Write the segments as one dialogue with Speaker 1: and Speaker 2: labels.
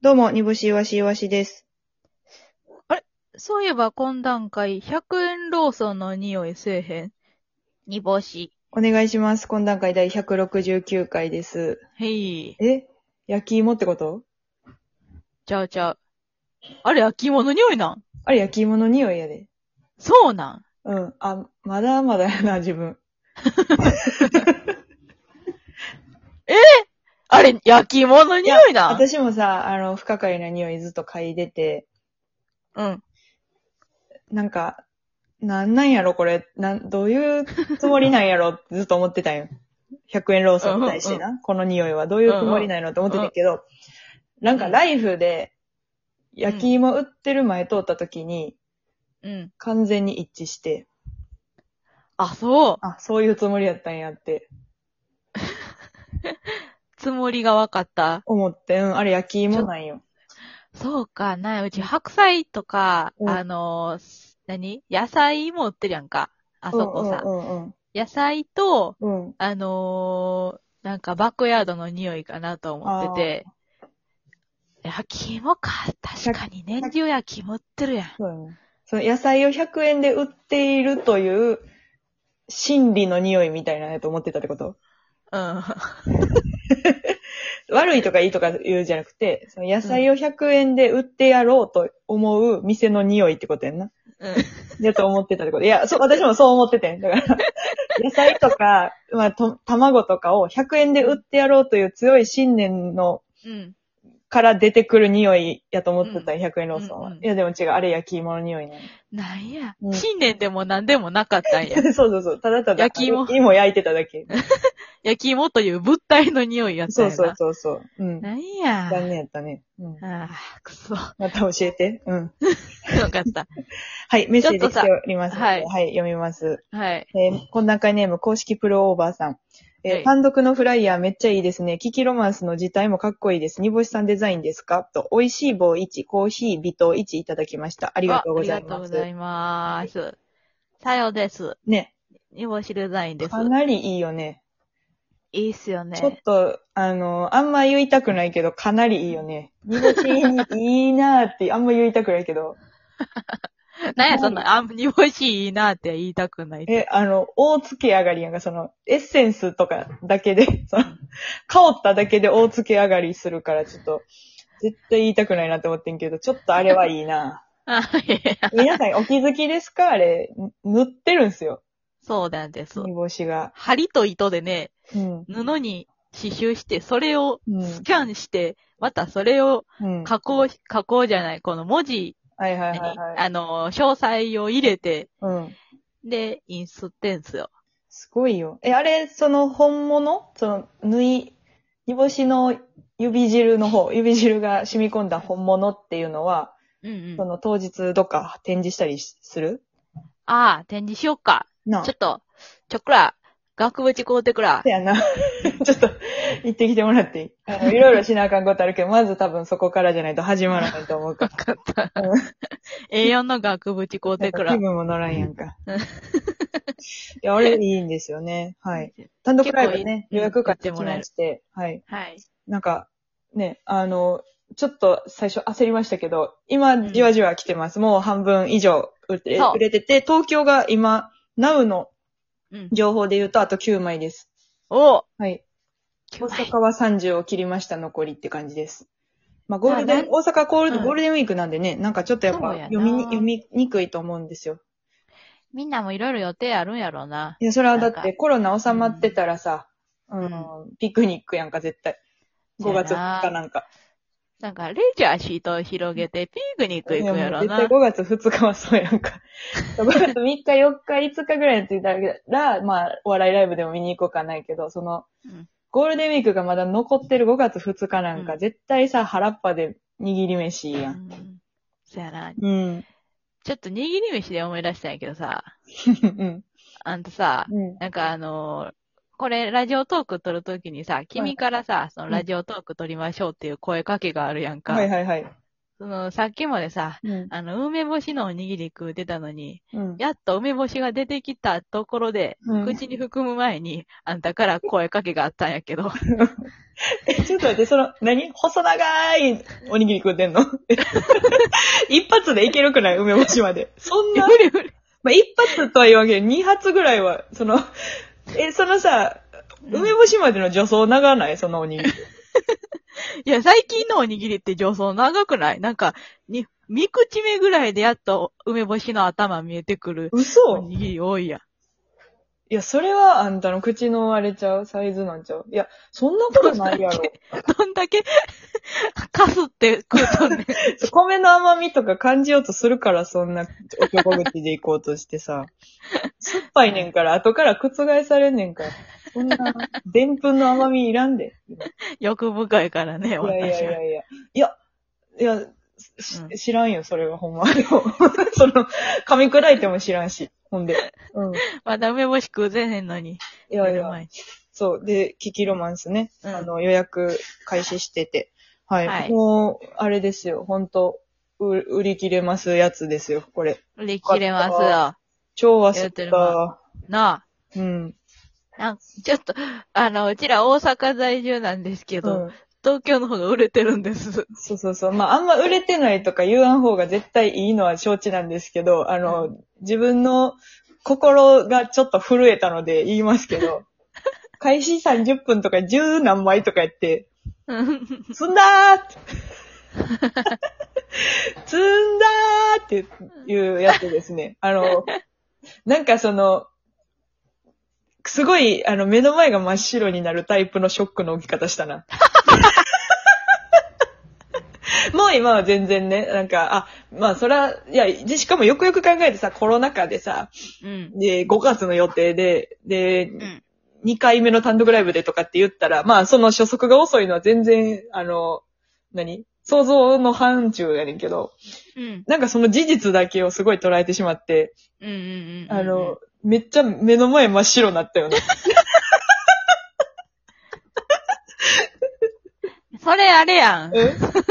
Speaker 1: どうも、煮干しいわしいわしです。
Speaker 2: そういえば今段階、100円ローソンの匂いせえへん。煮干し。
Speaker 1: お願いします。懇談会第169回です。
Speaker 2: へい。
Speaker 1: え焼き芋ってこと
Speaker 2: ちゃうちゃう。あれ、焼き芋の匂いなん
Speaker 1: あれ、焼き芋の匂いやで。
Speaker 2: そうなん
Speaker 1: うん。あ、まだまだやな、自分。
Speaker 2: あれ、焼き芋の匂いなん
Speaker 1: 私もさ、あの、不可解な匂いずっと嗅いでて、
Speaker 2: うん。
Speaker 1: なんか、なんなんやろ、これ。なん、どういうつもりなんや ろ、ずっと思ってたんよ。100円ローソンに対してな、この匂いはどういうつもりなんやろって思ってたけど、なんかライフで、焼き芋売ってる前通った時に、
Speaker 2: うん。
Speaker 1: 完全に一致して、
Speaker 2: あ、そう。
Speaker 1: あ、そういうつもりやったんやって
Speaker 2: つもりがわかった。
Speaker 1: 思って、うん、あれ焼き芋なんよ。
Speaker 2: そうか、な、うち白菜とか、
Speaker 1: うん
Speaker 2: あのー、何野菜も売ってるやんか。あそこさ。
Speaker 1: うんうん
Speaker 2: 野菜と、
Speaker 1: うん。うん。
Speaker 2: あのー、なんかバックヤードの匂いかなと思ってて。焼き芋か。確かに年中焼き芋売ってるやん。
Speaker 1: そうやねその野菜を100円で売っているという、心理の匂いみたいなやと思ってたってこと
Speaker 2: うん。
Speaker 1: 悪いとかいいとか言うじゃなくて、その野菜を100円で売ってやろうと思う店の匂いってことやんな。
Speaker 2: うん。
Speaker 1: やと思ってたってこと。いや、そう、私もそう思っててん。だから、 野菜とか、まあ、と、卵とかを100円で売ってやろうという強い信念の
Speaker 2: うん。
Speaker 1: から出てくる匂いやと思ってた、
Speaker 2: うん
Speaker 1: 100円ローソンは。
Speaker 2: うんうん
Speaker 1: いや、でも違う、あれ焼き芋の匂いね。
Speaker 2: なんや
Speaker 1: う。ん
Speaker 2: 新年でも何でもなかったんや。
Speaker 1: そうそうそう、ただただ
Speaker 2: 焼き芋
Speaker 1: 芋焼いてただ け。
Speaker 2: 焼き芋という物体の匂いやったん
Speaker 1: そう
Speaker 2: やな。
Speaker 1: そうそうそう。うん。
Speaker 2: なんや。
Speaker 1: 残念やったね。うん。
Speaker 2: ああ、くそ。よ
Speaker 1: また教えて。うん。
Speaker 2: かった。
Speaker 1: はい、メッセージ来ておりますので、
Speaker 2: ちょ
Speaker 1: は
Speaker 2: っ
Speaker 1: い
Speaker 2: と、
Speaker 1: 読みます。
Speaker 2: はい。
Speaker 1: えー、懇談会ネーム公式プロオーバーさん。えー
Speaker 2: はい
Speaker 1: 単独のフライヤーめっちゃいいですね。キキロマンスの字体もかっこいいです。煮干しさんデザインですかと、美味しい棒1、コーヒー微糖1いただきました。あ
Speaker 2: あ
Speaker 1: りがとうござい
Speaker 2: ありがとう
Speaker 1: ま
Speaker 2: ご
Speaker 1: す。
Speaker 2: ざいます。さようです。
Speaker 1: ね、
Speaker 2: 煮干しデザインです
Speaker 1: か。なりいいよね。
Speaker 2: いいっすよ
Speaker 1: ちょっ
Speaker 2: ね。
Speaker 1: と、あの、あんま言いたくないけど、かなりいいよね。煮干しいいなーって、あんま言いたくないけど。
Speaker 2: なんや、そんな、あ、煮干しいいなって言いたくないって。
Speaker 1: え、あの、大付け上がりやんか、その、エッセンスとかだけ で、その、香っただけで大付け上がりするから、ちょっと、絶対言いたくないなって思ってんけど、ちょっとあれはいい な。
Speaker 2: あ、いや
Speaker 1: 皆さんお気づきですかあれ、ぬ塗ってるんすよ。
Speaker 2: そうなんです。
Speaker 1: 煮干しが。
Speaker 2: 針と糸でね、
Speaker 1: うん。
Speaker 2: 布に刺繍して、それを
Speaker 1: うん
Speaker 2: スキャンして、またそれを
Speaker 1: うん。
Speaker 2: 加工、加工じゃない、この文字
Speaker 1: はいは
Speaker 2: に、
Speaker 1: いはいはい。
Speaker 2: あの、詳細を入れて、
Speaker 1: うん。
Speaker 2: で、インスってんすよ。
Speaker 1: すごいよ。え、あれ、その本物その、縫い、煮干しの指汁の 方、指汁が染み込んだ本物っていうのは、
Speaker 2: うんう
Speaker 1: そ
Speaker 2: ん。あ
Speaker 1: の当日どっか展示したりしする
Speaker 2: あ、展示しよっか。
Speaker 1: なあ
Speaker 2: ちょっと、ちょっくら、額縁買うて くら
Speaker 1: そ。やな。ちょっと、行ってきてもらっていいあの、いろいろしなあかんことあるけど、まず多分そこからじゃないと始まらないと思うか
Speaker 2: わかった
Speaker 1: う。
Speaker 2: A4 の額縁買う
Speaker 1: ら。
Speaker 2: てく
Speaker 1: 気
Speaker 2: ら。
Speaker 1: 分も乗らんやんか
Speaker 2: うん。
Speaker 1: いや、あれいいんですよね。はい。。単独ライブね
Speaker 2: 結、構いい
Speaker 1: 予約
Speaker 2: うんや
Speaker 1: 買
Speaker 2: っ
Speaker 1: ってき
Speaker 2: てもらえ
Speaker 1: ま
Speaker 2: る
Speaker 1: して、はい。
Speaker 2: はい。
Speaker 1: なんか、ね、あの、ちょっと最初焦りましたけど、今、
Speaker 2: ん
Speaker 1: じわじわ来てます。もう半分以上売れ
Speaker 2: そう
Speaker 1: 売れてて、東京が今、NOW の
Speaker 2: うん。
Speaker 1: 情報で言うとあと9枚です。
Speaker 2: お
Speaker 1: はい。大
Speaker 2: 9枚
Speaker 1: 阪は30を切りました、残りって感じです。まあ、ゴールデン、
Speaker 2: ま
Speaker 1: 大阪ゴールデン、
Speaker 2: うん
Speaker 1: ゴールデンウィークなんでね、なんかちょっとやっ
Speaker 2: そう
Speaker 1: ぱ
Speaker 2: やな
Speaker 1: 読みに、読みにくいと思うんですよ。
Speaker 2: みんなもいろいろ予定あるんやろうな。
Speaker 1: いや、それはだっ
Speaker 2: なん
Speaker 1: て
Speaker 2: か
Speaker 1: コロナ収まってたらさ、うん
Speaker 2: ん、
Speaker 1: ピクニックやんか、絶対。
Speaker 2: そ
Speaker 1: 5
Speaker 2: うやな
Speaker 1: 月2日なんか。
Speaker 2: なんか、レジャーシートを広げて、ピークに行く
Speaker 1: い
Speaker 2: 行
Speaker 1: や
Speaker 2: くや
Speaker 1: もう
Speaker 2: ろう
Speaker 1: 絶
Speaker 2: な
Speaker 1: 対。5月2日はそうやん か。5月3日、4日、5日ぐらいについたら、まあ、お笑いライブでも見に行こうかないけど、その、
Speaker 2: うん
Speaker 1: ゴールデンウィークがまだ残ってる5月2日なんか、
Speaker 2: うん
Speaker 1: 絶対さ、腹っぱで握り飯やん。
Speaker 2: うんそやな。
Speaker 1: うん。
Speaker 2: ちょっと握り飯で思い出したんやけどさ、
Speaker 1: うん。
Speaker 2: あんたさ、
Speaker 1: うん。
Speaker 2: なんかあのーこれラジオトーク撮るときにさ、君からさ、そのラジオトーク撮りましょうっていう声かけがあるやんか。
Speaker 1: はいはいはい。
Speaker 2: その、さっきまでさ、
Speaker 1: うん。
Speaker 2: あの、梅干しのおにぎり食うてたのに、
Speaker 1: うん。
Speaker 2: やっと梅干しが出てきたところで、
Speaker 1: うん
Speaker 2: 口に含む前に、あんたから声かけがあったんやけど、
Speaker 1: え、ちょっと待って、その、何細長いおにぎり食うてんの 一発でいけるくない梅干しまで。そんな、
Speaker 2: 無理無理。
Speaker 1: まあ、一発とは言わんけど、二発ぐらいは、その、え、そのさ、梅干しまでの助走長ないそのおにぎり。
Speaker 2: いや、最近のおにぎりって上層長くないなんか、に、三口目ぐらいでやっと梅干しの頭見えてくるお
Speaker 1: 嘘
Speaker 2: にぎり多いやん。
Speaker 1: いや、それはあんたの口のあれちゃうサイズなんちゃういや、そんなことないやろ。
Speaker 2: どんだけ、 かすって食 うとんねん。
Speaker 1: 米の甘みとか感じようとするから、そんなおちょこ口で行こうとしてさ。酸っぱいねんから、後から覆されんねんから。そ んな、でんぷんの甘みいらんで。い
Speaker 2: 欲深いからね、
Speaker 1: やいや
Speaker 2: 私
Speaker 1: いや
Speaker 2: は。
Speaker 1: いや。いや、いや、し
Speaker 2: うん
Speaker 1: 知らんよ、それはほんま。で もその、噛み砕いても知らんし。ほんで。 うん。い
Speaker 2: まだ梅干し食うぜへんのに。
Speaker 1: やい
Speaker 2: 寝る
Speaker 1: や。
Speaker 2: 前に
Speaker 1: そう。で、キキロマンスね。
Speaker 2: うん
Speaker 1: あの、予約開始してて。はい。
Speaker 2: はい
Speaker 1: もう、あれですよ。ほんと、う売り切れますやつですよ、これ。
Speaker 2: 売り切れます
Speaker 1: よ
Speaker 2: よ。
Speaker 1: 超焦
Speaker 2: 言
Speaker 1: っ
Speaker 2: うてる
Speaker 1: た。
Speaker 2: な
Speaker 1: うん。
Speaker 2: あ。なんちょっと、あの、うちら大阪在住なんですけ
Speaker 1: う
Speaker 2: ど、
Speaker 1: ん。
Speaker 2: 東京の方が売れてるん です。
Speaker 1: そうそうそう。まあ、あんま売れてないとか言わん方が絶対いいのは承知なんですけど、あの、自分の心がちょっと震えたので言いますけど、開始30分とか十何枚とかやって、
Speaker 2: うん
Speaker 1: 積んだーって。積んだーっていうやつですね。あの、なんかその、すごい、あの、目の前が真っ白になるタイプのショックの起き方したな。もう今は全然ね、なんか、あ、まあそら、いや、でしかもよくよく考えてさ、コロナ禍でさ、
Speaker 2: うん。
Speaker 1: で、5月の予定で、で、
Speaker 2: うん。
Speaker 1: 2回目の単独ライブでとかって言ったら、まあ、その初速が遅いのは全然、あの、何想像の範疇やねんけど、
Speaker 2: うん。
Speaker 1: なんかその事実だけをすごい捉えてしまって、
Speaker 2: うんうんうん。
Speaker 1: あの、、めっちゃ目の前真っ白になったよね。
Speaker 2: それあれや ん。
Speaker 1: え
Speaker 2: な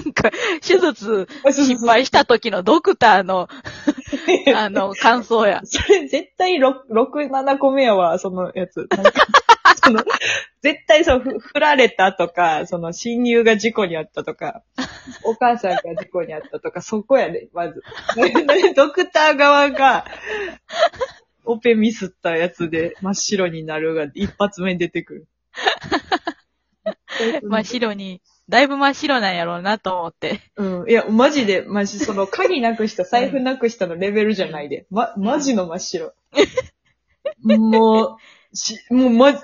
Speaker 2: んか、手術
Speaker 1: あそうそう
Speaker 2: 失敗した時のドクタ ーの、あの、感想や。
Speaker 1: それ絶対6、6 7個目やわ、そのやつ。なんかその絶対そう、ふ振られたとか、その親友が事故にあったとか、お母さんが事故にあったとか、そこやで、まず。ドクター側が、オペミスったやつで真っ白になるが一発目に出てくる。
Speaker 2: 真っ白に、だいぶ真っ白なんやろうなと思って。
Speaker 1: うん。いや、マジで、マジ、その、鍵なくした、財布なくしたのレベルじゃないで。ま、マジの真っ 白。もう、し、もう、ま、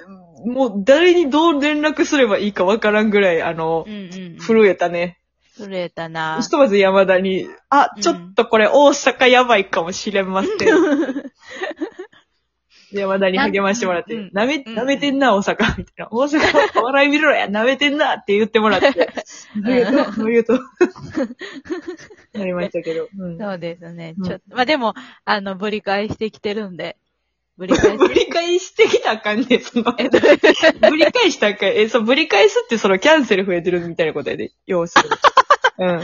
Speaker 1: もう、誰にどう連絡すればいいかわからんぐらい、あの
Speaker 2: うん、うん。
Speaker 1: 震えたね。
Speaker 2: 震えたな
Speaker 1: ひとまず山田に、あ、ちょっとこれ大阪やばいかもしれませ ん。山田に励ましてもらって、
Speaker 2: うん
Speaker 1: なめ、
Speaker 2: うん
Speaker 1: なめてんな、大阪、みたいな。大阪、お笑い見ろや、なめてんなって言ってもらって。ありがと う、ありがとう。なりましたけど。うん
Speaker 2: そうですね
Speaker 1: う。ん
Speaker 2: ちょっと、まあ、でも、あの、ぶり返してきてるんで。ぶり 返
Speaker 1: ぶ
Speaker 2: し
Speaker 1: り返してきたらあかんねん、その。
Speaker 2: えどういう
Speaker 1: ぶり返したらあかん。え、そう、ぶり返すってそのキャンセル増えてるみたいなことやで、要 するに。うん。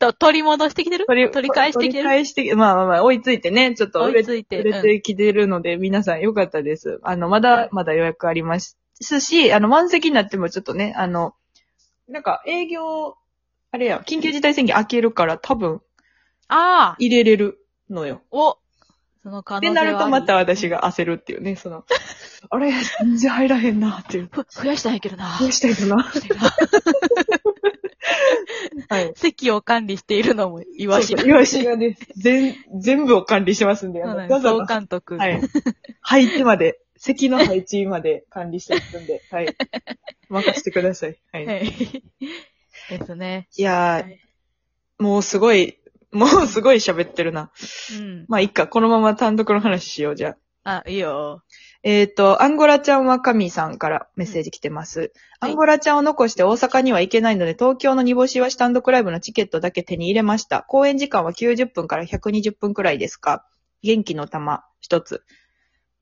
Speaker 2: と、取り戻してきてる 取り返して
Speaker 1: 取
Speaker 2: きて
Speaker 1: り
Speaker 2: る
Speaker 1: 返してきまあまあまあ、追いついてね、ちょっと売
Speaker 2: 追い
Speaker 1: れ
Speaker 2: ついて。
Speaker 1: 売れてきてるので、皆さんよかったです。あの、まだ、まだ予約ありますし、あの、満席になってもちょっとね、あの、なんか営業、あれや、緊急事態宣言開けるから多分
Speaker 2: ああ
Speaker 1: 入れれるのよ。
Speaker 2: おその可
Speaker 1: っ
Speaker 2: 能
Speaker 1: て
Speaker 2: 性は
Speaker 1: な
Speaker 2: あり
Speaker 1: るとまた私。が焦るっていうね、 その、あれ、全然入らへんなっていう。
Speaker 2: ふ増やしたんやけどな。
Speaker 1: どうしたいかな はい。
Speaker 2: 席を管理しているのもイワシ
Speaker 1: そうそうイワシがね、全、全部を管理してますんで、あの、ガザ
Speaker 2: 総
Speaker 1: の、
Speaker 2: 監督。
Speaker 1: はい。 配置まで、席の配置まで管理してますん で、はい。任せてください。はい。、
Speaker 2: はい い。ですね。
Speaker 1: やー、
Speaker 2: はい
Speaker 1: もうすごい、もうすごい喋ってるな。
Speaker 2: うん。
Speaker 1: まあ、いっか、このまま単独の話しよう、じゃあ。
Speaker 2: あ、いいよ。
Speaker 1: えっ、と、アンゴラちゃんは神さんからメッセージ来てます。
Speaker 2: うんはい
Speaker 1: アンゴラちゃんを残して大阪には行けないので、東京の煮干しはスタンドクライブのチケットだけ手に入れました。公演時間は90分から120分くらいですか元気の玉一つ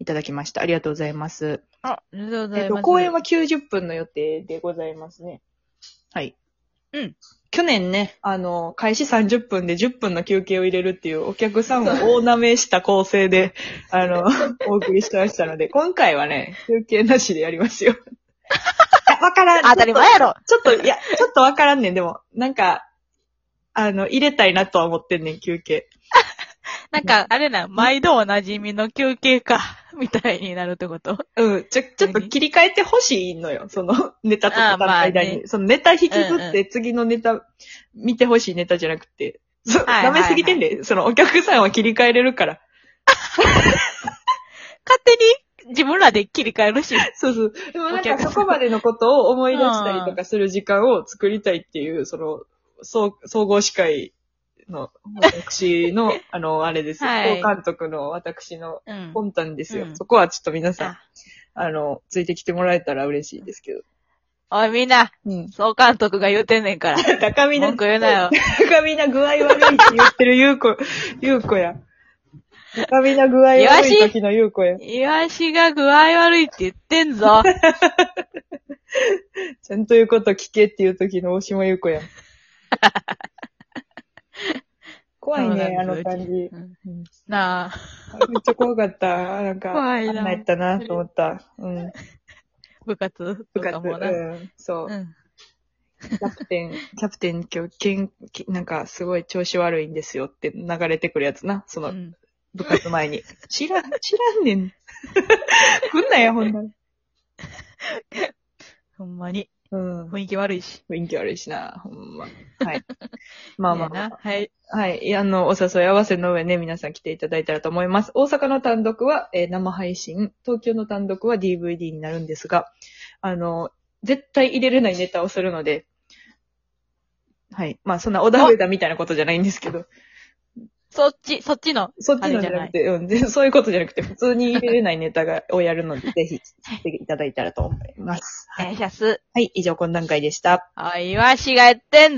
Speaker 1: いただきました。ありがとうございます。
Speaker 2: あ、ありがとう
Speaker 1: え
Speaker 2: ござ
Speaker 1: っ、
Speaker 2: い
Speaker 1: と、
Speaker 2: ます。
Speaker 1: 公演は90分の予定でございますね。はい。
Speaker 2: うん。
Speaker 1: 去年ね、あの、開始30分で10分の休憩を入れるっていうお客さんを大舐めした構成 で、あの、お送りしてましたので、今回はね、休憩なしでやります よ。いやわからん。
Speaker 2: 当たり前やろ
Speaker 1: ちょっと、いや、ちょっとわからんねん、でも、なんか、あの、入れたいなとは思ってんねん、休憩。
Speaker 2: なんか、あれな、毎度おなじみの休憩か、 みたいになるってこと
Speaker 1: うん、ちょ、ちょっと切り替えてほしいのよ、その、 ネタとネタの間に。
Speaker 2: あーまあ
Speaker 1: そのネタ引きず
Speaker 2: う
Speaker 1: っ
Speaker 2: んう
Speaker 1: て、次のネタ、見てほしいネタじゃなくて、そ
Speaker 2: はいはいはい
Speaker 1: 舐めすぎてんで、そのお客さんは切り替えれるから。
Speaker 2: 勝手に自分らで切り替えるし。
Speaker 1: そうそう。でもなん
Speaker 2: お客
Speaker 1: か
Speaker 2: さん
Speaker 1: そこまでのことを思い出したりとかする時間を作りたいって いう、その、総総合司会の、私 の、あの、あれですよ。
Speaker 2: はい
Speaker 1: 総監督の私の
Speaker 2: うん。
Speaker 1: 本担ですよ。
Speaker 2: うん
Speaker 1: そこはちょっと皆さん
Speaker 2: あ、
Speaker 1: あの、ついてきてもらえたら嬉しいですけど。
Speaker 2: おいみんな、
Speaker 1: うん。
Speaker 2: 総監督が言うてんねん から。
Speaker 1: 高見の
Speaker 2: 文句言うな よ。
Speaker 1: 高みな具合悪いって言ってるゆうこ、 ゆうこや。高みな具合悪い時のゆうこや。
Speaker 2: イワシが具合悪いって言ってんぞ。
Speaker 1: ちゃんと言うこと聞けっていう時の大島ゆう こや。怖いね、あの感じ。めっ
Speaker 2: うんなあ、
Speaker 1: ちゃ怖かった。なんか、
Speaker 2: 怖いな
Speaker 1: あんなやったなと思った。うん。
Speaker 2: 部活
Speaker 1: 部
Speaker 2: と
Speaker 1: 活、
Speaker 2: かもな。
Speaker 1: うん。そう
Speaker 2: う。ん。
Speaker 1: キャプテン、キャプテン今日、けん、けなんかすごい調子悪いんですよって流れてくるやつな。そうの、
Speaker 2: ん
Speaker 1: 部活前に。知らん、知らんねん。 来んなや、ほんなら。
Speaker 2: ほんまに。
Speaker 1: うん。
Speaker 2: 雰囲気悪いし。
Speaker 1: 雰囲気悪いしな、ほんま。 はい。まあまあま
Speaker 2: ね
Speaker 1: あ
Speaker 2: え。なはい。
Speaker 1: はい。あの、お誘い合わせの上ね、皆さん来ていただいたらと思います。大阪の単独は、えー生配信、東京の単独は DVD になるんですが、あの、絶対入れれないネタをするので、はい。まあ、そんな小田上田みたいなことじゃないんですけど、
Speaker 2: そっち、そっちの。
Speaker 1: そっちのじゃなくて、うん、でそういうことじゃなくて、普通に入れれないネタがをやるので、ぜひ来ていただいたらと思います。
Speaker 2: お願いします。
Speaker 1: はい。以上、懇談会でした。
Speaker 2: おい、イワシがやってん